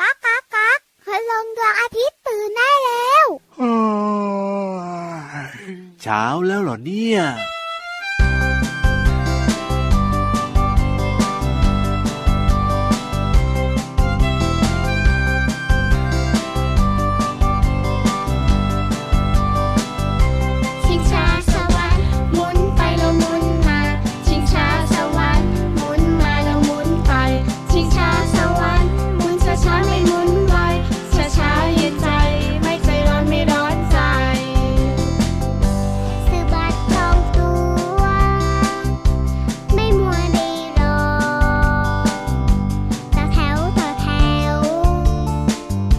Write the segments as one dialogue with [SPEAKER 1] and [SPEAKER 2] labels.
[SPEAKER 1] ก๊ากก๊ากก๊ากคืลงดวงอาทิตย์ตื่นได้แล้ว
[SPEAKER 2] เช้าแล้วเหรอเนี่ย
[SPEAKER 3] ชิงช้าสวรรค์หมุนไปแล้วหมุนมา ชิงช้าสวรรค์หมุนมาแล้วหมุนไป ชิงช้าสวรรค์หมุนช้าช้าๆไม่หมุนไวช้าช้าๆเย็นใจ ไม่ใจร้อนไม่ร้อนใจ
[SPEAKER 1] สะบัดทองตัว ไม่มัวรีรอต่อแถวต่อแถว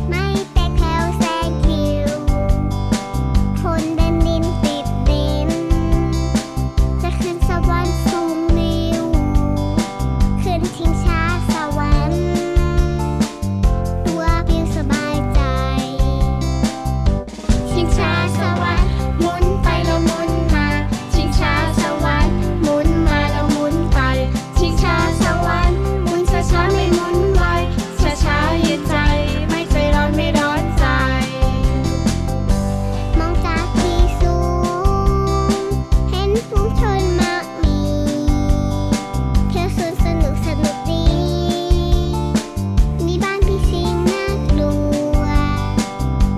[SPEAKER 1] ไม่เป็นแถวแซงคิว คนเดินดินติดดิน จะขึ้นสวรรค์สูงนิวขึ้นทิ้งช้าสวรรค์ ตัวปิวสบายใจ
[SPEAKER 3] ชิงช้าสวรรค์หมุนไปแล้วหมุนมา ชิงช้าสวรรค์หมุนมาแล้วหมุนไป ชิงช้าสวรรค์หมุนช้าช้าๆไม่หมุนไวช้าช้าๆเย็นใจ ไม่ใจร้อนไม่ร้อนใจ
[SPEAKER 1] มองจากที่สูง เห็นฝูงชนมากมีเที่ยวสวนสนุกสนุกดี มีบ้านพี่สิงน่ากลัว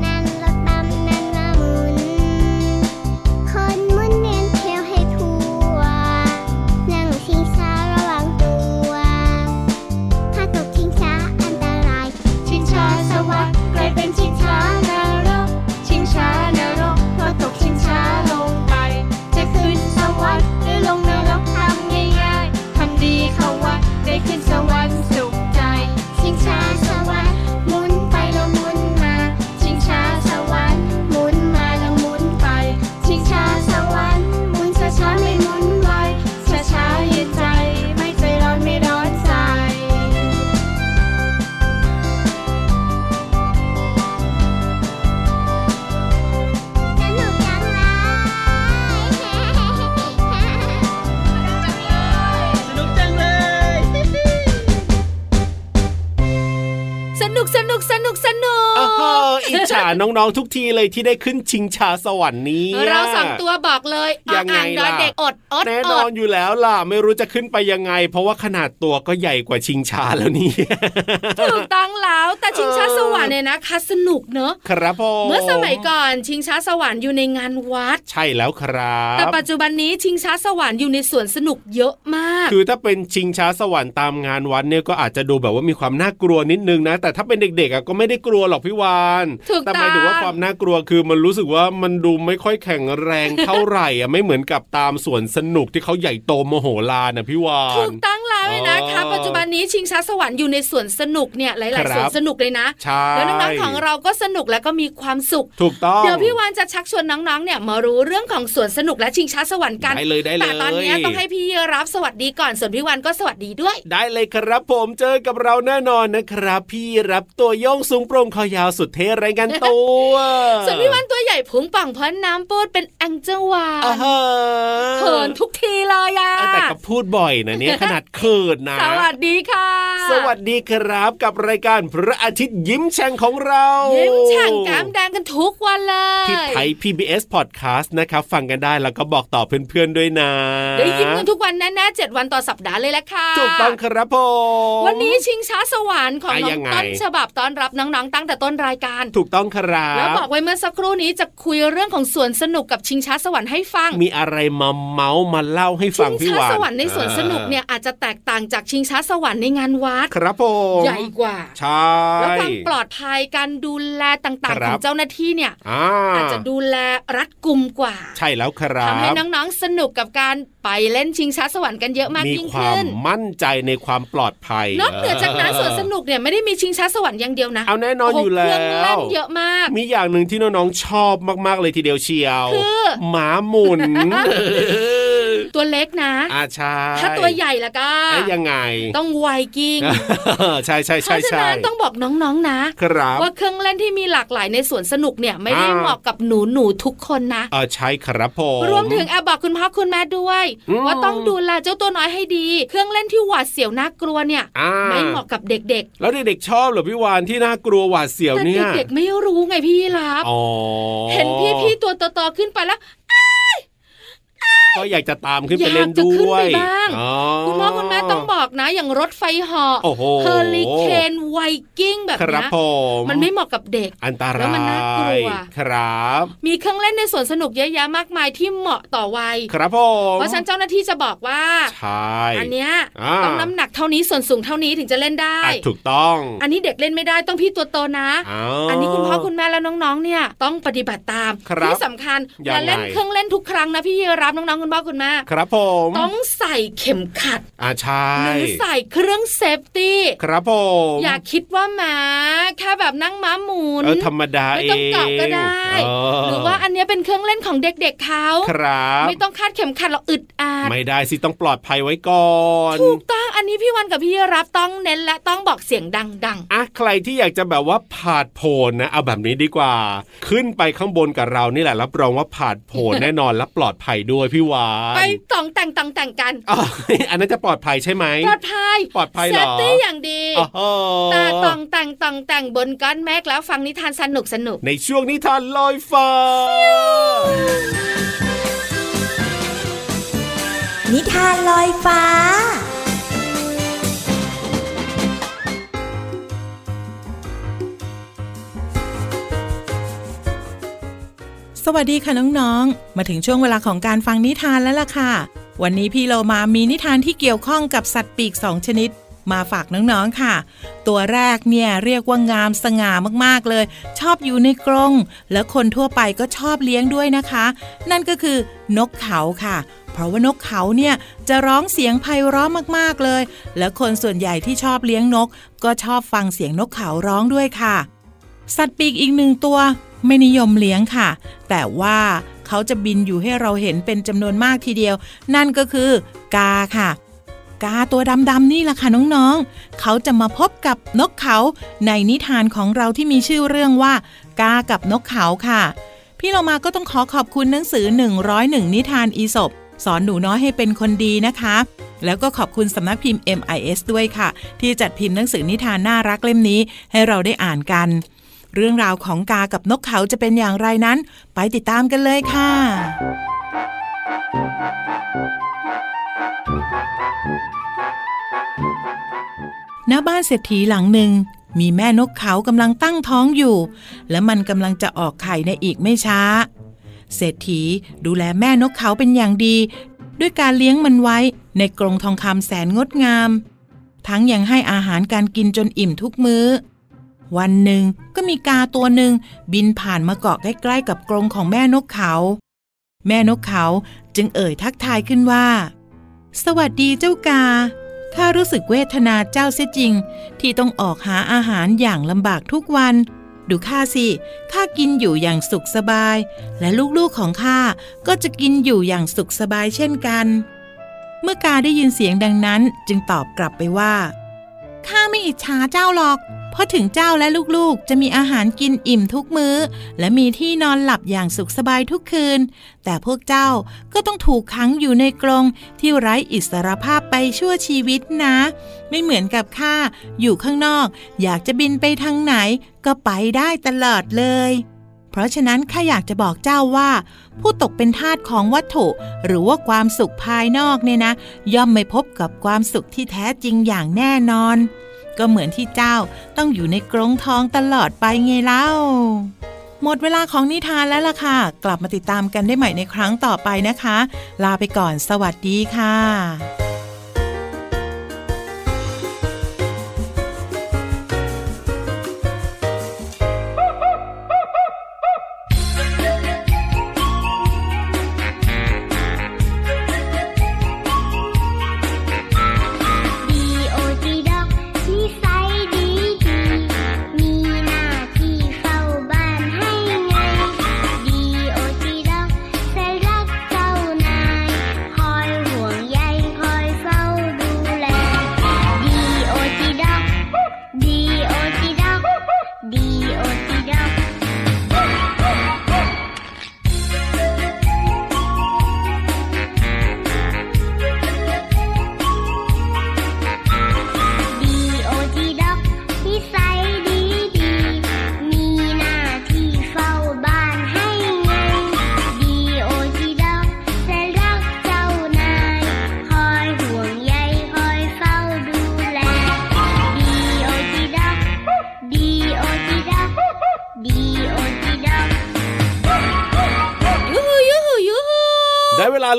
[SPEAKER 1] นั่นรถบัมนั่นละมุน คนหมุนเวียนเที่ยวให้ทั่ว นั่งชิงช้าระวังตัว ถ้าตกชิงช้าอันตราย
[SPEAKER 3] ชิงช้าสวรรค์กลายเป็นชิงช้านรก ชิงช้านรกเพราะตกชิงช้าลงไป จะขึ้นสวรรค์หรือลงนรกทำง่ายๆทำดีเข้าไวัดได้ขึ้นสวรรค์สุขใจ ชิงช้าสวรรค์หมุนไปแล้วหมุนมา ชิงช้าสวรรค์หมุนมาแล้วหมุนไป ชิงช้าสวรรค์หมุนช้าๆไม่หมุนไวช้าๆเย็นใจ ไม่ใจร้อนไม่ร้อนใจ
[SPEAKER 1] สนุกจังเลย
[SPEAKER 4] สนุกสนุกสนุกสนุก
[SPEAKER 5] โอ้โหอิจฉาน้องๆทุกทีเลยที่ได้ขึ้นชิงช้าสวรรค์นี้
[SPEAKER 4] เราสองตัวบอกเลย
[SPEAKER 5] ยั
[SPEAKER 4] อ่าง
[SPEAKER 5] ไง
[SPEAKER 4] อ่านดอ
[SPEAKER 5] ล่ะ
[SPEAKER 4] เด็กอดอด
[SPEAKER 5] แน่
[SPEAKER 4] อน
[SPEAKER 5] อ
[SPEAKER 4] ด
[SPEAKER 5] นอยู่แล้วล่ะ ไม่รู้จะขึ้นไปยังไง เพราะว่าขนาดตัวก็ใหญ่กว่าชิงช้าแล้วเนี่ย
[SPEAKER 4] ถูกต้องแล้วแต่ชิงช้าสวรรค์เนี่ยนะคะสนุกเนอะ
[SPEAKER 5] ครับผม
[SPEAKER 4] เมื่อสมัยก่อนชิงช้าสวรรค์อยู่ในงานวัด
[SPEAKER 5] ใช่แล้วครั
[SPEAKER 4] แต่
[SPEAKER 5] บ
[SPEAKER 4] ปัจจุบันนี้ชิงช้าสวรรค์อยู่ในสวนสนุกเยอะมาก
[SPEAKER 5] คือถ้าเป็นชิงช้าสวรรค์ตามงานวัดเนี่ยก็อาจจะดูแบบว่ามีความน่ากลัวนิดนึงนะ แต่ถ้าเป็นเด็กๆอ่ะก็ไม่ได้กลัวหรอกพี่วาน
[SPEAKER 4] ถูก
[SPEAKER 5] แต่หมายถึงว่า
[SPEAKER 4] ต้อง
[SPEAKER 5] ความน่ากลัวคือมันรู้สึกว่ามันดูไม่ค่อยแข็งแรงเท่าไหร่อ่ะไม่เหมือนกับตามสวนสนุกที่เขาใหญ่โตโมโหลานนะพี่วาน
[SPEAKER 4] ถูกตั้องแล้วเนี่ยนะคะ
[SPEAKER 5] อ๋อ
[SPEAKER 4] ปัจจุบันนี้ชิงช้าสวรรค์อยู่ในสวนสนุกเนี่ยห
[SPEAKER 5] ค
[SPEAKER 4] ล
[SPEAKER 5] รั
[SPEAKER 4] ายๆสว
[SPEAKER 5] บ
[SPEAKER 4] นสนุกเลยนะ
[SPEAKER 5] ใช่
[SPEAKER 4] แล้วน้องๆของเราก็สนุกแล้วก็มีความสุข
[SPEAKER 5] ถูกต้อง
[SPEAKER 4] เดี๋ยวพี่วานจะชักชวนน้องๆ เนี่ยมารู้เรื่องของสวนสนุกและชิงช้าสวรรค์กัน
[SPEAKER 5] ได้เลยได้เลย
[SPEAKER 4] แต่ตอนเนี้ยต้องให้พี่รับสวัสดีก่อนส่วนพี่วานก็สวัสดีด้วย
[SPEAKER 5] ได้เลยครับผมเจอกับเราแน่นอนนะครับ พี่รับตัวโย่องสูงโปร่งคอยาวสุดเท่ไรายงานตัว
[SPEAKER 4] ส่วนพี่วานตัวใหญ่พุงป่องพอน้ำปูดเป็นแองเจิลวา
[SPEAKER 5] อ่าน ฮะ
[SPEAKER 4] เขินทุกทีเลยอะ
[SPEAKER 5] อ่ะแต่ก็พูดบ่อยนะ เนี่ยขนาดเขินนะ
[SPEAKER 4] สวัสดีค่ะ
[SPEAKER 5] สวัสดีครับกับรายการพระอาทิตย์ยิ้มแฉ่งของเรา
[SPEAKER 4] ยิ้มแฉ่งกล้ามแดงกันทุกวันเลย
[SPEAKER 5] ที่ไทย PBS Podcast นะครับ ฟังกันได้แล้วก็บอกต่อเพื่อนๆด้วยนะ
[SPEAKER 4] ได้ยิ้มกันทุกวันแน่ๆเจ็ดวันต่อสัปดาห์เลยละค่ะ
[SPEAKER 5] ถูกต้องครับผม
[SPEAKER 4] วันนี้ชิงช้าสวรรค์ของ
[SPEAKER 5] อ่ะ
[SPEAKER 4] น้
[SPEAKER 5] ยั
[SPEAKER 4] อง
[SPEAKER 5] งไง
[SPEAKER 4] ต้นฉบับต้อนรับน้องๆตั้งแต่ต้นรายการ
[SPEAKER 5] ถูกต้องครับ
[SPEAKER 4] แล้วบอกไว้เมื่อสักครู่นี้จะคุยเรื่องของสวนสนุกกับชิงช้าสวรรค์ให้ฟัง
[SPEAKER 5] มีอะไรมาเมาส์มาเล่าให้ฟั
[SPEAKER 4] ชิ
[SPEAKER 5] ง
[SPEAKER 4] งช้าว
[SPEAKER 5] พี่าน
[SPEAKER 4] สวรรค์ในสวนสนุกเนี่ยอาจจะแตกต่างจากชิงช้าสวรรค์ในงานวัด
[SPEAKER 5] ครับผม
[SPEAKER 4] ใหญ่กว่า
[SPEAKER 5] ใช่
[SPEAKER 4] แล้วความปลอดภัยการดูแลต่าง
[SPEAKER 5] ค
[SPEAKER 4] ๆ
[SPEAKER 5] รั
[SPEAKER 4] ข
[SPEAKER 5] บ
[SPEAKER 4] องเจ้าหน้าที่เนี่ย
[SPEAKER 5] อ่า
[SPEAKER 4] อาจจะดูแลรัดกุมกว่า
[SPEAKER 5] ใช่แล้วครับ
[SPEAKER 4] ทำให้น้องๆ สนุกกับการไปเล่นชิงช้าสวรรค์กันเยอะมาก
[SPEAKER 5] มี
[SPEAKER 4] ยิ่ง
[SPEAKER 5] ความ
[SPEAKER 4] ขึ้น
[SPEAKER 5] มั่นใจในความปลอดภัย
[SPEAKER 4] นอกเหนือจากนั้นสวนสนุกเนี่ยไม่ได้มีชิงช้าสวรรค์อย่างเดียวนะ
[SPEAKER 5] เอาแน่นอน
[SPEAKER 4] โโห
[SPEAKER 5] อยู่
[SPEAKER 4] เครื่
[SPEAKER 5] แล้
[SPEAKER 4] องเล่
[SPEAKER 5] ว
[SPEAKER 4] นเยอะมาก
[SPEAKER 5] มีอย่างหนึ่ง ที่น้องๆชอบมากๆเลยทีเดียวเชียว
[SPEAKER 4] คือ
[SPEAKER 5] หมาหมุน
[SPEAKER 4] ตัวเล็กนะ
[SPEAKER 5] อาใช่
[SPEAKER 4] ถ้าตัวใหญ่ละก็
[SPEAKER 5] เอ๊ะยังไง
[SPEAKER 4] ต้องไวกิ้ง
[SPEAKER 5] ใช่ใช่
[SPEAKER 4] เพ
[SPEAKER 5] ใช่
[SPEAKER 4] ราะฉะ
[SPEAKER 5] ใช่
[SPEAKER 4] นั้นต้องบอกน้องๆนะ
[SPEAKER 5] ครับ
[SPEAKER 4] ว่าเครื่องเล่นที่มีหลากหลายในสวนสนุกเนี่ยไม่ได้
[SPEAKER 5] อ่า
[SPEAKER 4] เหมาะกับหนูหนูๆทุกคนนะ
[SPEAKER 5] เออใช่ครับผม
[SPEAKER 4] รวมถึงแอบบอกคุณพ่อคุณแม่ด้วย
[SPEAKER 5] อืม
[SPEAKER 4] ว่าต้องดูแลเจ้าตัวน้อยให้ดี เครื่องเล่นที่หวาดเสียวน่ากลัวเนี่ย
[SPEAKER 5] อ่า
[SPEAKER 4] ไม่เหมาะกับเด็ก
[SPEAKER 5] แล้วเด็กๆชอบเหรอพี่วานที่น่ากลัวหวาดเสี
[SPEAKER 4] ๆ
[SPEAKER 5] ยว
[SPEAKER 4] แต่
[SPEAKER 5] เนี่ย
[SPEAKER 4] เด็กๆไม่รู้ไงพี่รับ
[SPEAKER 5] อ๋อ
[SPEAKER 4] เห็นพี่ๆตัวโตๆขึ้นไปแล้ว
[SPEAKER 5] ก็อยากจะตามขึ้น
[SPEAKER 4] อ
[SPEAKER 5] ไป
[SPEAKER 4] ยาก
[SPEAKER 5] เล่น
[SPEAKER 4] จะขึ้น
[SPEAKER 5] ด้วย
[SPEAKER 4] ไปบ้าง
[SPEAKER 5] อ๋อ
[SPEAKER 4] คุณพ่อคุณแม่ต้องบอกนะ อย่างรถไฟเหาะ
[SPEAKER 5] โอ้โห
[SPEAKER 4] เฮอริเคนไวกิ้งแบบ
[SPEAKER 5] ครับ
[SPEAKER 4] เนี้ย
[SPEAKER 5] ผม
[SPEAKER 4] มันไม่เหมาะกับเด็ก
[SPEAKER 5] อันต
[SPEAKER 4] แล้
[SPEAKER 5] รา
[SPEAKER 4] วยมันน่ากลัว
[SPEAKER 5] ครับ
[SPEAKER 4] มีเครื่องเล่นในสวนสนุกเยอะแยะมากมายที่เหมาะต่อวัย
[SPEAKER 5] ครับผม
[SPEAKER 4] เพราะฉะนั้นเจ้าหน้าที่จะบอกว่า
[SPEAKER 5] ใช่
[SPEAKER 4] อั
[SPEAKER 5] น
[SPEAKER 4] เนี้ย
[SPEAKER 5] อ่า
[SPEAKER 4] ต้องน้ำหนักเท่านี้ส่วนสูงเท่านี้ถึงจะเล่นได้
[SPEAKER 5] ถูกต้อง
[SPEAKER 4] อันนี้เด็กเล่นไม่ได้ต้องพี่ตัวโตนะ
[SPEAKER 5] า
[SPEAKER 4] อันนี้คุณพ่อคุณแม่และน้องๆ เนี่ยต้องปฏิบัติตาม
[SPEAKER 5] ครับ
[SPEAKER 4] ที่สำคัญ
[SPEAKER 5] ยังไง
[SPEAKER 4] เวลาเล่นเครื่องเล่นทุกครั้งนะพี่รับน้องๆคุณพ่อคุณแม่
[SPEAKER 5] ครับผม
[SPEAKER 4] ต้องใส่เข็มขัด
[SPEAKER 5] อ่าใช่
[SPEAKER 4] หรือใส่เครื่องเซฟตี้
[SPEAKER 5] ครับผม
[SPEAKER 4] อย่าคิดว่าหมาแค่แบบนั่งม้าหมุน
[SPEAKER 5] เออธรรมดา
[SPEAKER 4] ไม่ต้องเกาะก็ได้
[SPEAKER 5] เองเห
[SPEAKER 4] รือว่าอันเนี้ยเป็นเครื่องเล่นของเด็กๆเขา
[SPEAKER 5] ครับ
[SPEAKER 4] ไม่ต้องคาดเข็มขัดหรอกอึดอัด
[SPEAKER 5] ไม่ได้สิต้องปลอดภัยไว้ก่อน
[SPEAKER 4] ถูกต้องอันนี้พี่วันกับพี่รับต้องเน้นและต้องบอกเสียงดัง
[SPEAKER 5] อ่ะใครที่อยากจะแบบว่าผาดโผนนะเอาแบบนี้ดีกว่า ขึ้นไปข้างบนกับเรานี่แหละรับรองว่าผาดโผ น แน่นอนและปลอดภัยด้วยพี่วาน
[SPEAKER 4] ๆ ไปต่องแต่งต่องแต่งกัน
[SPEAKER 5] อ๋อ อันนั้นจะปลอดภัยใช่ไหม
[SPEAKER 4] ปลอดภัย
[SPEAKER 5] ปลอดภัยเหรอ
[SPEAKER 4] เซฟตี้อย่างดี
[SPEAKER 5] โอ้โห
[SPEAKER 4] แต่ต่องแต่งต่องแต่งบนก้อนแมกแล้วฟังนิทานสนุกสนุก
[SPEAKER 5] ในช่วงนิทานลอย ฟ้า
[SPEAKER 6] นิทานลอยฟ้า
[SPEAKER 7] สวัสดีค่ะน้องๆ มาถึงช่วงเวลาของการฟังนิทานแล้วล่ะค่ะ วันนี้พี่เรามามีนิทานที่เกี่ยวข้องกับสัตว์ปีกสองชนิด มาฝากน้องๆค่ะ ตัวแรกเนี่ยเรียกว่างามสง่ามากๆเลย ชอบอยู่ในกรงและคนทั่วไปก็ชอบเลี้ยงด้วยนะคะ นั่นก็คือนกเขาค่ะ เพราะว่านกเขาเนี่ยจะร้องเสียงไพเราะมากๆเลย และคนส่วนใหญ่ที่ชอบเลี้ยงนก ก็ชอบฟังเสียงนกเขาร้องด้วยค่ะ สัตว์ปีกอีกหนึ่งตัว ไม่นิยมเลี้ยงค่ะ แต่ว่าเขาจะบินอยู่ให้เราเห็นเป็นจำนวนมากทีเดียว นั่นก็คือกาค่ะ กาตัวดำๆนี่แหละค่ะน้องๆ เขาจะมาพบกับนกเขาในนิทานของเราที่มีชื่อเรื่องว่า กากับนกเขาค่ะ พี่เรามาก็ต้องขอขอบคุณหนังสือ 101 นิทานอีสบสอนหนูน้อยให้เป็นคนดีนะคะ แล้วก็ขอบคุณสำนักพิมพ์ MIS ด้วยค่ะ ที่จัดพิมพ์หนังสือนิทานน่ารักเล่มนี้ให้เราได้อ่านกัน เรื่องราวของกากับนกเขาจะเป็นอย่างไรนั้น ไปติดตามกันเลยค่ะ ณบ้านเศรษฐีหลังหนึ่ง มีแม่นกเขากำลังตั้งท้องอยู่ และมันกำลังจะออกไข่ในอีกไม่ช้า เศรษฐีดูแลแม่นกเขาเป็นอย่างดี ด้วยการเลี้ยงมันไว้ในกรงทองคำแสนงดงาม ทั้งยังให้อาหารการกินจนอิ่มทุกมื้อ วันหนึ่งก็มีกาตัวหนึ่งบินผ่านมาเกาะใกล้ๆกับกรงของแม่นกเขา แม่นกเขาจึงเอ่ยทักทายขึ้นว่า สวัสดีเจ้ากา ข้ารู้สึกเวทนาเจ้าเสียจริง ที่ต้องออกหาอาหารอย่างลำบากทุกวัน ดูข้าสิข้ากินอยู่อย่างสุขสบาย และลูกๆของข้าก็จะกินอยู่อย่างสุขสบายเช่นกัน เมื่อกาได้ยินเสียงดังนั้นจึงตอบกลับไปว่า ข้าไม่อิจฉาเจ้าหรอก เพราะถึงเจ้าและลูกๆ จะมีอาหารกินอิ่มทุกมื้อ และมีที่นอนหลับอย่างสุขสบายทุกคืน แต่พวกเจ้าก็ต้องถูกขังอยู่ในกรงที่ไร้อิสรภาพไปชั่วชีวิตนะ ไม่เหมือนกับข้าอยู่ข้างนอก อยากจะบินไปทางไหน ก็ไปได้ตลอดเลย เพราะฉะนั้นข้าอยากจะบอกเจ้าว่า ผู้ตกเป็นทาสของวัตถุ หรือว่าความสุขภายนอกเนี่ยนะ ย่อมไม่พบกับความสุขที่แท้จริงอย่างแน่นอน ก็เหมือนที่เจ้าต้องอยู่ในกรงทองตลอดไปไงเล่า หมดเวลาของนิทานแล้วล่ะค่ะ กลับมาติดตามกันได้ใหม่ในครั้งต่อไปนะคะ ลาไปก่อนสวัสดีค่ะ
[SPEAKER 1] D.O.D. ด็อกนิสัยดีดีมีหน้าที่เฝ้าบ้านให้ไง D.O.D. ด็อกจะรักเจ้านายคอยห่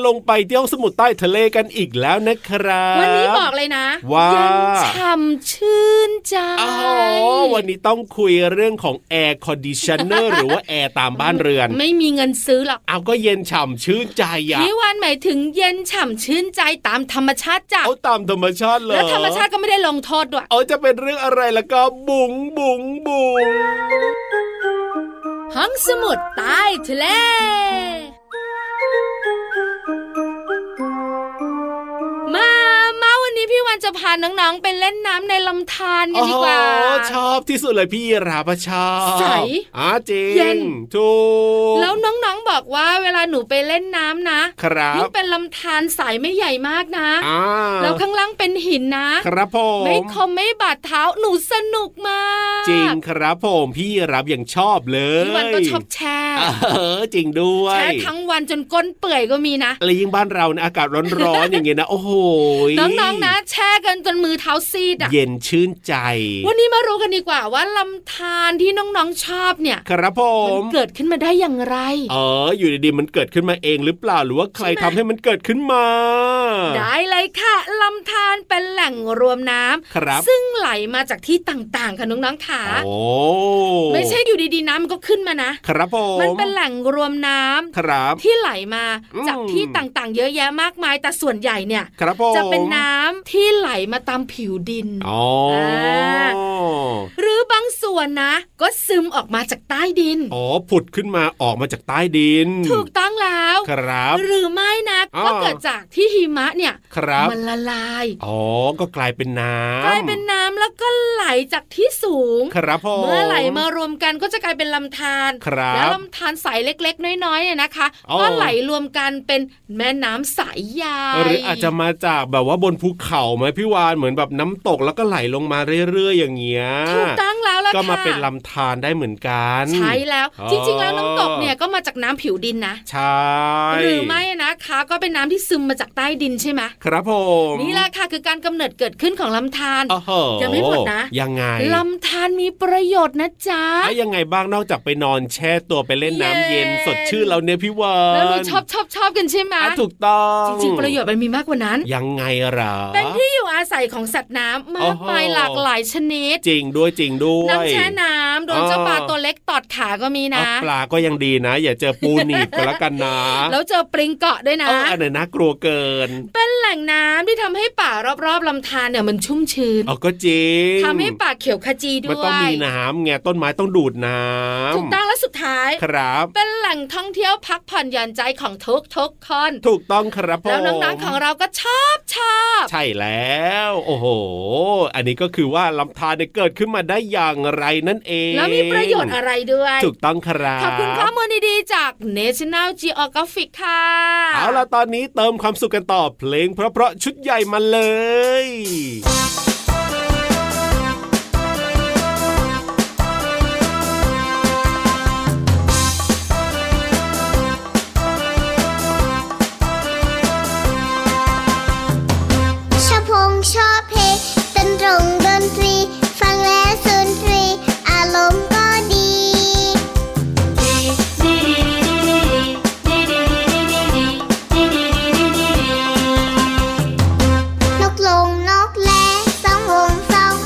[SPEAKER 5] ลงไปเที่ยวสมุทรใต้ทะเลกันอีกแล้วนะครับ
[SPEAKER 4] วันนี้บอกเลยนะ
[SPEAKER 5] ว่า
[SPEAKER 4] เย็นฉ่ำชื่นใจ
[SPEAKER 5] อ๋อวันนี้ต้องคุยเรื่องของแอร์คอนดิชเนอร์หรือว่าแอร์ตามบ้านเรือน
[SPEAKER 4] ไม่มีเงินซื้อหรอก
[SPEAKER 5] เอาก็เย็นฉ่ำชื่นใจอ่ะ
[SPEAKER 4] พี่วานหมายถึงเย็นฉ่ำชื่นใจตามธรรมชาติจ้ะ
[SPEAKER 5] เอาตามธรรมชาติเลย
[SPEAKER 4] แล้วธรรมชาติก็ไม่ได้ลงโทษด้วย
[SPEAKER 5] เอาจะเป็นเรื่องอะไรแล้วก็บุ๋งบุ๋งบุ๋ง
[SPEAKER 4] ห้องสมุดใต้ทะเล มามาวันนี้พี่วันจะพาน้องๆไปเล่นน้ำในลำธารกันดีกว่า
[SPEAKER 5] อ๋อชอบที่สุดเลยพี่ราพชอบ
[SPEAKER 4] ใส
[SPEAKER 5] อ่ะจริ
[SPEAKER 4] เย็
[SPEAKER 5] ง
[SPEAKER 4] น
[SPEAKER 5] ถูก
[SPEAKER 4] แล้วน้องๆบอกว่าเวลาหนูไปเล่นน้ำนะครับ ยิ่งเป็นลำธารใสไม่ใหญ่มากนะ
[SPEAKER 5] อ่า
[SPEAKER 4] แล้วข้างล่างเป็นหินนะ
[SPEAKER 5] ครับผม
[SPEAKER 4] ไม่คมไม่บาดเท้าหนูสนุกมาก
[SPEAKER 5] จริงครับผมพี่รับยังชอบเลย
[SPEAKER 4] พี่วันก็ชอบแช่
[SPEAKER 5] เออจริงด้วย
[SPEAKER 4] แช่ทั้งวันจนก้นเปื่อยก็มีนะ
[SPEAKER 5] แล้วยิ่งบ้านเรานะอากาศร้อนๆ อย่างเงี้ยนะโอ้โหย
[SPEAKER 4] น้องๆนะ แช่กันจนมือเท้าซีดอะ
[SPEAKER 5] เย็นชื่นใจ
[SPEAKER 4] วันนี้มารู้กันดีกว่าว่าลำธารที่น้องๆชอบเนี่ย
[SPEAKER 5] ครับผ
[SPEAKER 4] มั
[SPEAKER 5] ม
[SPEAKER 4] นเกิดขึ้นมาได้อย่างไร
[SPEAKER 5] เอออยู่ดีๆมันเกิดขึ้นมาเองหรือเปล่าหรือว่าใคร
[SPEAKER 4] ใช่
[SPEAKER 5] ทำ
[SPEAKER 4] ไหม
[SPEAKER 5] ให้มันเกิดขึ้นมา
[SPEAKER 4] ได้เลยค่ะลำธารเป็นแหล่งรวมน้ำ
[SPEAKER 5] ครับ
[SPEAKER 4] ซึ่งไหลมาจากที่ต่างๆค่ะน้องๆค่ะ
[SPEAKER 5] โอ้
[SPEAKER 4] ไม่ใช่อยู่ดีๆน้ำมันก็ขึ้นมานะ
[SPEAKER 5] ครับผม
[SPEAKER 4] มันเป็นแหล่งรวมน้ำ
[SPEAKER 5] ครับ
[SPEAKER 4] ที่ไหลมาจาก
[SPEAKER 5] อืม
[SPEAKER 4] ที่ต่างๆ เยอะแยะมากมาย แต่ส่วนใหญ่เนี่ย
[SPEAKER 5] ครับผม
[SPEAKER 4] จะเป็นน้ำที่ไหลมาตามผิวดิน
[SPEAKER 5] อ๋ออา
[SPEAKER 4] หรือบางส่วนนะ ก็ซึมออกมาจากใต้ดิน
[SPEAKER 5] อ๋อผุดขึ้นมาออกมาจากใต้ดิน
[SPEAKER 4] ถูกต้องแล้ว
[SPEAKER 5] ครับ
[SPEAKER 4] หรือไม่นะ
[SPEAKER 5] อ่า
[SPEAKER 4] ก็เกิดจากที่หิมะเนี่ย
[SPEAKER 5] ครับ
[SPEAKER 4] มันละลาย
[SPEAKER 5] อ๋อ ก็กลายเป็นน้ำ
[SPEAKER 4] กลายเป็นน้ำแล้วก็ไหลจากที่สูง
[SPEAKER 5] ครับผม
[SPEAKER 4] เมื่อไหลมารวมกันก็จะกลายเป็นลำธาร
[SPEAKER 5] ครับ
[SPEAKER 4] แล้วลำธารใสเล็กๆ น้อยๆเนี่ยนะคะ
[SPEAKER 5] อ๋อ
[SPEAKER 4] ก็ไหลรวมกันเป็นแม่น้ำสายใหญ่
[SPEAKER 5] หรืออาจจะมาจากแบบว่าบนภูเขาไหมพี่วานเหมือนแบบน้ำตกแล้วก็ไหลลงมาเรื่อยๆ อย่างเงี้ย
[SPEAKER 4] ถูกต้องแล้วล่ะ
[SPEAKER 5] ก็มา
[SPEAKER 4] ค่ะ
[SPEAKER 5] เป็นลำธารได้เหมือนกัน
[SPEAKER 4] ใช่แล้ว
[SPEAKER 5] อ๋อ
[SPEAKER 4] จริงๆ แล้วน้ำตกเนี่ยก็มาจากน้ำผิวดินนะ
[SPEAKER 5] ใช่
[SPEAKER 4] หรือไม่นะคะ ก็เป็นน้ำที่ซึมมาจากใต้ดินใช่ไหม
[SPEAKER 5] ครับผม
[SPEAKER 4] นี่แหละค่ะคือการกำเนิดเกิดขึ้นของลำธาร
[SPEAKER 5] โอ้โห
[SPEAKER 4] ยังไม่หมดนะ
[SPEAKER 5] ยังไง
[SPEAKER 4] ลำธารมีประโยชน์นะจ๊ะ
[SPEAKER 5] อ่ะยังไงบ้างนอกจากไปนอนแช่ตัวไปเล่นน้ำ
[SPEAKER 4] เย็
[SPEAKER 5] เย็
[SPEAKER 4] น
[SPEAKER 5] นสดชื่นแล้วเนี่ยพี่วาน
[SPEAKER 4] แล้วเราชอบชอบชอบกันใช่ไหม
[SPEAKER 5] อ่ะถูกต้อง
[SPEAKER 4] จริงๆ ประโยชน์มันมีมากกว่านั้น
[SPEAKER 5] ยังไงเหรอ
[SPEAKER 4] เป็นที่อยู่อาศัยของสัตว์น้ำ
[SPEAKER 5] โอ้
[SPEAKER 4] มาก
[SPEAKER 5] โห
[SPEAKER 4] มายหลากหลายชนิด
[SPEAKER 5] จริงด้วยจริงด้วย
[SPEAKER 4] น้ำแช่น้ำโดนเจ้า
[SPEAKER 5] อ๋อ
[SPEAKER 4] ปลาตัวเล็กตอดขาก็มีนะ
[SPEAKER 5] อ่ะปลาก็ยังดีนะ อย่าเจอปูหนีบก็แล้วกันนะ
[SPEAKER 4] แล้วเจอปริงเกาะด้วยนะ
[SPEAKER 5] เอออันไหนน่ากลัวเกิน
[SPEAKER 4] เป็นแหล่งน้ำที่ทำให้ป่ารอบๆลำธารเนี่ยมันชุ่มชื้น
[SPEAKER 5] เอาก็จริง
[SPEAKER 4] ทำให้ป่าเขียวขจีด้
[SPEAKER 5] มัน
[SPEAKER 4] ว
[SPEAKER 5] ต้อง
[SPEAKER 4] ย
[SPEAKER 5] มีน้ำไงต้นไม้ต้องดูดน้ำ
[SPEAKER 4] ถูกต้องและสุดท้าย
[SPEAKER 5] ครับ
[SPEAKER 4] เป็นแหล่งท่องเที่ยวพักผ่อนหย่อนใจของทุกทุกๆคน
[SPEAKER 5] ถูกต้องครับผม
[SPEAKER 4] แล้วน้องๆของเราก็ชอบชอบ
[SPEAKER 5] ใช่แล้ว โอ้โห อันนี้ก็คือว่าลำธารเนี่ยเกิดขึ้นมาได้อย่างไรนั่นเอง
[SPEAKER 4] แล้วมีประโยชน์อะไรด้วย
[SPEAKER 5] ถูกต้องครับ
[SPEAKER 4] ขอบคุณข้อมูลดีๆ จาก National Geographic ค่ะ
[SPEAKER 5] เอาล่ะตอนนี้เติมความสุขกันต่อเพลงเพราะๆชุดใหญ่มาเลย
[SPEAKER 1] ชอบพงชอบเพลงดนตรงดนตรี ฟังแล้วสุนทรี อารมณ์ก็ดี นกลงนกแลส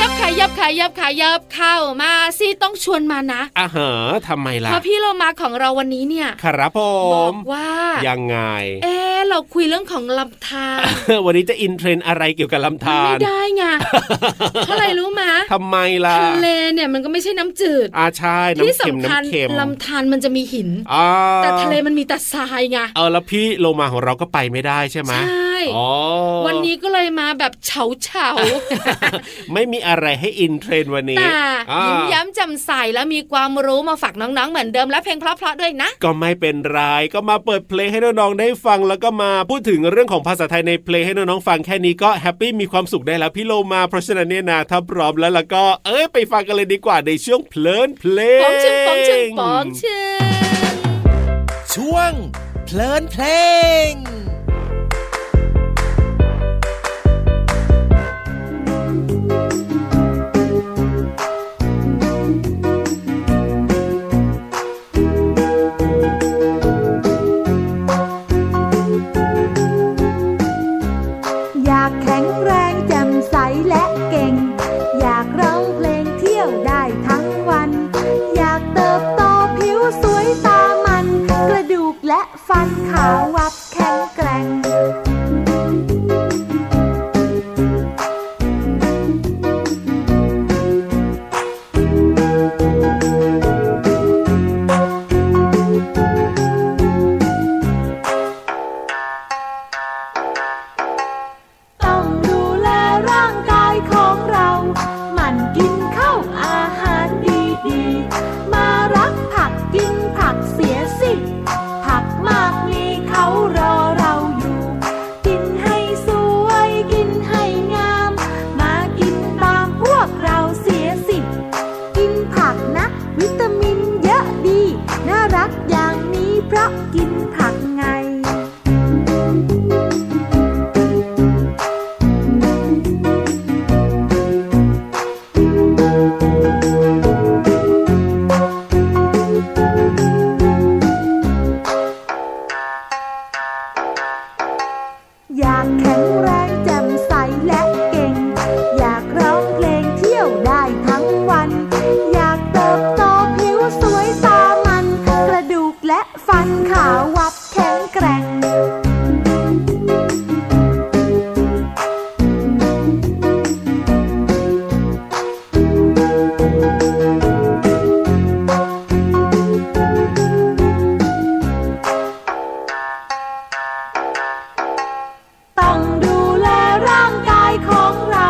[SPEAKER 4] ยับเข้ามาสิต้องชวนมานะ
[SPEAKER 5] อาหาทำไมล่ะ
[SPEAKER 4] เพราะพี่เรามาของเราวันนี้เนี่ย
[SPEAKER 5] ครับผ
[SPEAKER 4] บอก
[SPEAKER 5] ม
[SPEAKER 4] ว่า
[SPEAKER 5] ยังไง
[SPEAKER 4] เออเราคุยเรื่องของลำธาร
[SPEAKER 5] วันนี้จะอินเทรนด์อะไรเกี่ยวกับลำ
[SPEAKER 4] มั
[SPEAKER 5] ธาน
[SPEAKER 4] ไม่
[SPEAKER 5] ร
[SPEAKER 4] ได้ ไงเพราะอะไรรู้มะ
[SPEAKER 5] ทำไมล่ะ
[SPEAKER 4] ทะเลเนี่ยมันก็ไม่ใช่น้ำจืด
[SPEAKER 5] อาใชาย
[SPEAKER 4] ที่
[SPEAKER 5] น้ำเค็ม
[SPEAKER 4] สำคัญ
[SPEAKER 5] น้ำเค็ม
[SPEAKER 4] ลำธารมันจะมีหิน
[SPEAKER 5] อ่า
[SPEAKER 4] แต่ทะเลมันมีแต่ทรายไง
[SPEAKER 5] เออแล้วพี่โลมาของเราก็ไปไม่ได้ใช่ไหม
[SPEAKER 4] ใช่
[SPEAKER 5] อ๋อ
[SPEAKER 4] วันนี้ก็เลยมาแบบเฉา เฉา
[SPEAKER 5] ไม่มีอะไรให้อินเทรนด์วันนี้
[SPEAKER 4] แต่
[SPEAKER 5] อ่า
[SPEAKER 4] ยิ้มแย้ำจำใสแล้วมีความรู้มาฝากน้องๆ เหมือนเดิมและเพลงเพราะๆด้วยนะ
[SPEAKER 5] ก็ไม่เป็นไรก็มาเปิดเพลงให้น้องๆได้ฟังแล้วก็มาพูดถึงเรื่องของภาษาไทยในเพลงให้น้องๆฟังแค่นี้ก็แฮปปี้มีความสุขได้แล้วพี่โลมาเพราะฉะนั้นเนี่ยนะถ้าพร้อมแล้วแล้วก็เอ้ยไปฟังกันเลยดีกว่าในช่วงเพลินเพลง
[SPEAKER 4] ปองชึงปองชึงปองชึง
[SPEAKER 2] ช่วง เพลินเพลง
[SPEAKER 8] อยากแข็งแรงแจ่มใสและเก่ง อยากร้องเพลงเที่ยวได้ทั้งวัน อยากเติบโตผิวสวยตามัน กระดูกและฟันขาววับแข็งแกร่ง ต้องดูแลร่างกายของเรา หมันกินข้าวอาหารดีๆ มารักผักกินผักเสียสิ ผักมากมีเขารอเราอยู่ กินให้สวยกินให้งาม มากินตามพวกเราเสียสิ กินผักนะ วิตามินเยอะดี น่ารักอย่างนี้เพราะกินผักไง อยากแข็งแรงแจ่มใสและเก่ง อยากร้องเพลงเที่ยวได้ทั้งวัน อยากเติบโตผิวสวยตามัน กระดูกและฟันขาววับแข็งแกร่ง ต้องดูแลร่างกายของเรา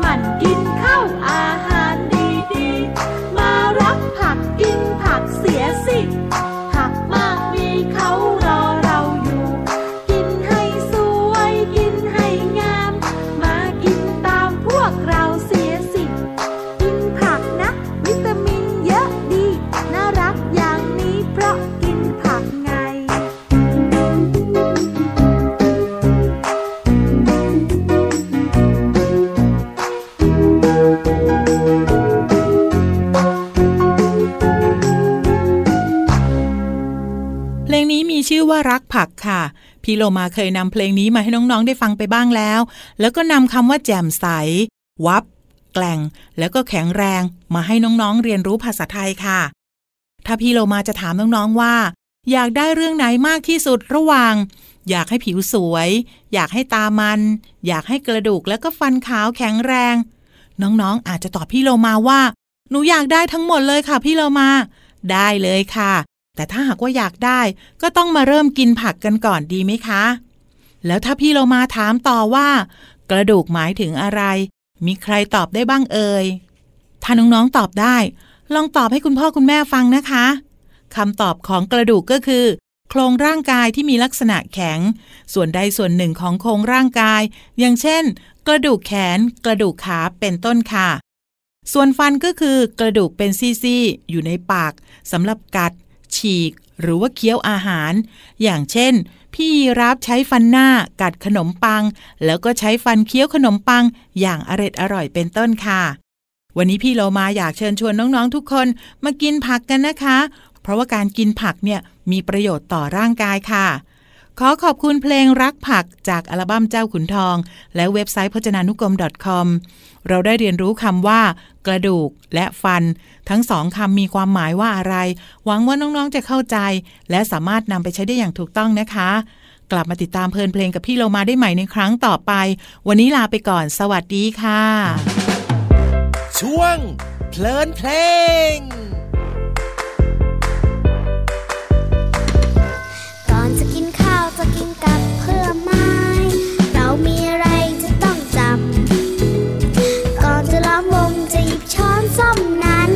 [SPEAKER 8] หมันกินข้าวอาหารดีๆ มารักผักกินผักเสียสิ ผักมากมีเขารอเราอยู่ กินให้สวยกินให้งาม มากินตามพวกเราเสียสิ กินผักนะ วิตามินเยอะดี น่ารักอย่างนี้เพราะกินผักไง
[SPEAKER 7] เพลงนี้มีชื่อว่ารักผักค่ะ พี่โลมาเคยนำเพลงนี้มาให้น้องๆได้ฟังไปบ้างแล้ว แล้วก็นำคำว่าแจ่มใส วับ แกล่ง แล้วก็แข็งแรงมาให้น้องๆเรียนรู้ภาษาไทยค่ะ ถ้าพี่โลมาจะถามน้องๆว่า อยากได้เรื่องไหนมากที่สุดระหว่าง อยากให้ผิวสวย อยากให้ตามัน อยากให้กระดูกแล้วก็ฟันขาวแข็งแรง น้องๆ อาจจะตอบพี่โลมาว่า หนูอยากได้ทั้งหมดเลยค่ะพี่โลมา ได้เลยค่ะ แต่ถ้าหากว่าอยากได้ก็ต้องมาเริ่มกินผักกันก่อนดีไหมคะ แล้วถ้าพี่โลมาถามต่อว่า กระดูกหมายถึงอะไร มีใครตอบได้บ้างเอ่ย ถ้าน้องๆตอบได้ ลองตอบให้คุณพ่อคุณแม่ฟังนะคะคำตอบของกระดูกก็คือ โครงร่างกายที่มีลักษณะแข็ง ส่วนใดส่วนหนึ่งของโครงร่างกาย อย่างเช่น กระดูกแขน กระดูกขาเป็นต้นค่ะ ส่วนฟันก็คือกระดูกเป็นซี่ๆอยู่ในปากสำหรับกัด ฉีก หรือว่าเคี้ยวอาหาร อย่างเช่น พี่ยีรับใช้ฟันหน้ากัดขนมปัง แล้วก็ใช้ฟันเคี้ยวขนมปัง อย่างอร็ดอร่อยเป็นต้นค่ะ วันนี้พี่โลมาอยากเชิญชวนน้องๆทุกคนมากินผักกันนะคะ เพราะว่าการกินผักเนี่ยมีประโยชน์ต่อร่างกายค่ะ ขอขอบคุณเพลงรักผักจากอัลบั้มเจ้าขุนทอง และเว็บไซต์พจนานุกรม .com เราได้เรียนรู้คำว่า กระดูกและฟัน ทั้งสองคำมีความหมายว่าอะไร หวังว่าน้องๆจะเข้าใจ และสามารถนำไปใช้ได้อย่างถูกต้องนะคะ กลับมาติดตามเพลินเพลงกับพี่เรามาได้ใหม่ในครั้งต่อไป วันนี้ลาไปก่อน สวัสดีค่ะ
[SPEAKER 2] ช่วง เพลินเพลง
[SPEAKER 1] ก่อนจะกินข้าวจะกินกับเพื่อไม้ เรามีอะไรจะต้องจำ ก่อนจะล้อมวงจะหยิบช้อนส้อมนั้น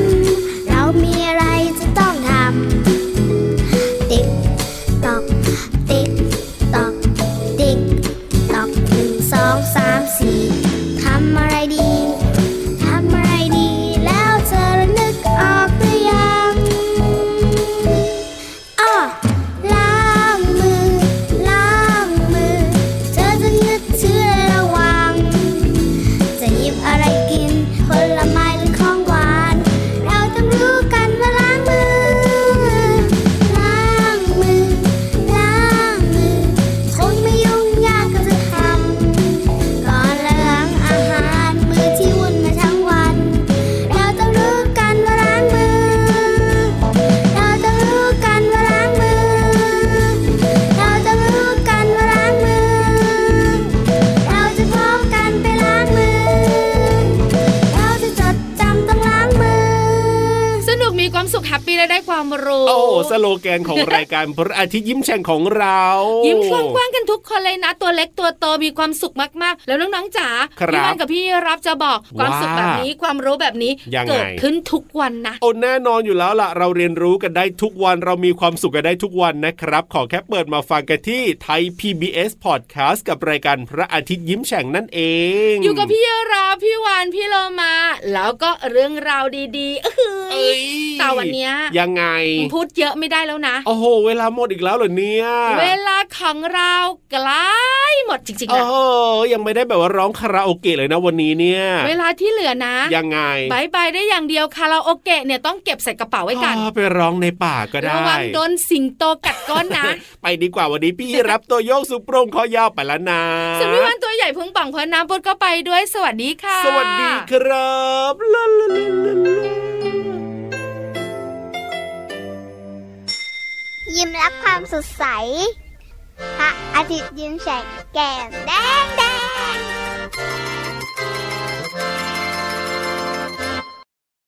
[SPEAKER 1] เรามีอะไรจะต้องทำ ติ๊กตอก ติ๊กตอก ติ๊กตอกหนึ่งสองสามสี่ทำอะไรดี ทำอะไรดี แล้วเธอนึกออกหรือยัง อ้อล้างมือ ล้างมือ เธอจะนึกถึงระวัง จะหยิบอะไรกิน ผลไม้หรือของหวาน เราต้องรู้กันว่าล้างมือ ล้างมือ ล้างมือ คงไม่ยุ่งยากก็จะทำ ก่อนล้างอาหารมือที่วุ่นมาทั้งวัน เราต้องรู้กันว่าล้างมือ เราจะรู้กันว่าล้างมือ เราจะรู้กันว่าล้างมือ เราจะพร้อมกันไปล้างมือ เราจะจดจำต้องล้างมือ
[SPEAKER 4] สนุกมีความสุขแฮปปี้และได้ความรู้
[SPEAKER 5] โอ้โหสโลแกนของรายการพระอาทิตย์ยิ้มแฉ่งของเรายิ้
[SPEAKER 4] ยิ้มกว้างๆกันทุกคนเลยนะ ตัวเล็กตัวโตมีความสุขมากๆ แล้วน้องๆจ๋า
[SPEAKER 5] ครับ
[SPEAKER 4] พี่วันกับพี่รับจะบอกความสุขแบบนี้ความรู้แบบนี้
[SPEAKER 5] ยังไง
[SPEAKER 4] เกิดขึ้นทุกวันนะ
[SPEAKER 5] โอ้แน่นอนอยู่แล้วล่ะ เราเรียนรู้กันได้ทุกวันเรามีความสุขกันได้ทุกวันนะครับ ขอแค่เปิดมาฟังกันที่ไทย PBS Podcast กับรายการพระอาทิตย์ยิ้มแฉ่งนั่นเอง
[SPEAKER 4] อยู่กับพี่รับพี่วานพี่โลมา แล้วก็เรื่องราวดีๆเอ้
[SPEAKER 5] เอ้
[SPEAKER 4] ย
[SPEAKER 5] ย
[SPEAKER 4] แต่วันเนี้ย
[SPEAKER 5] ยังไง
[SPEAKER 4] พูดเยอะไม่ได้แล้วนะ
[SPEAKER 5] โอ้โห เวลาหมดอีกแล้วเหรอเนี่ย
[SPEAKER 4] เวลาของเราใกล้หมดจริงๆ
[SPEAKER 5] โอ้
[SPEAKER 4] นะ
[SPEAKER 5] โหยังไม่ได้แบบว่าร้องคาราโอเกะเลยนะวันนี้เนี่ย
[SPEAKER 4] เวลาที่เหลือนะ
[SPEAKER 5] ยังไง
[SPEAKER 4] บายบายได้อย่างเดียวคาราโอเกะเนี่ยต้องเก็บใส่กระเป๋าไว้กัน
[SPEAKER 5] อ๋อไปร้องในป่าก็ได้
[SPEAKER 4] ระวังโดนสิงโตกัดก้อนนะ
[SPEAKER 5] ไปดีกว่าวันนี้พี่รับตัวโยกสุโปร่งคอยาวไปแล้วนะ
[SPEAKER 4] สำหรับวันตัวใหญ่พุงป่องพอน้ำปดก็ไปด้วยสวัสดีค่ะ
[SPEAKER 5] สวัสดีครับลาลาลาลาลา
[SPEAKER 1] ยิ้มรับความสดใส พระอาทิตย์ยิ้มแฉกแก้มแดงแด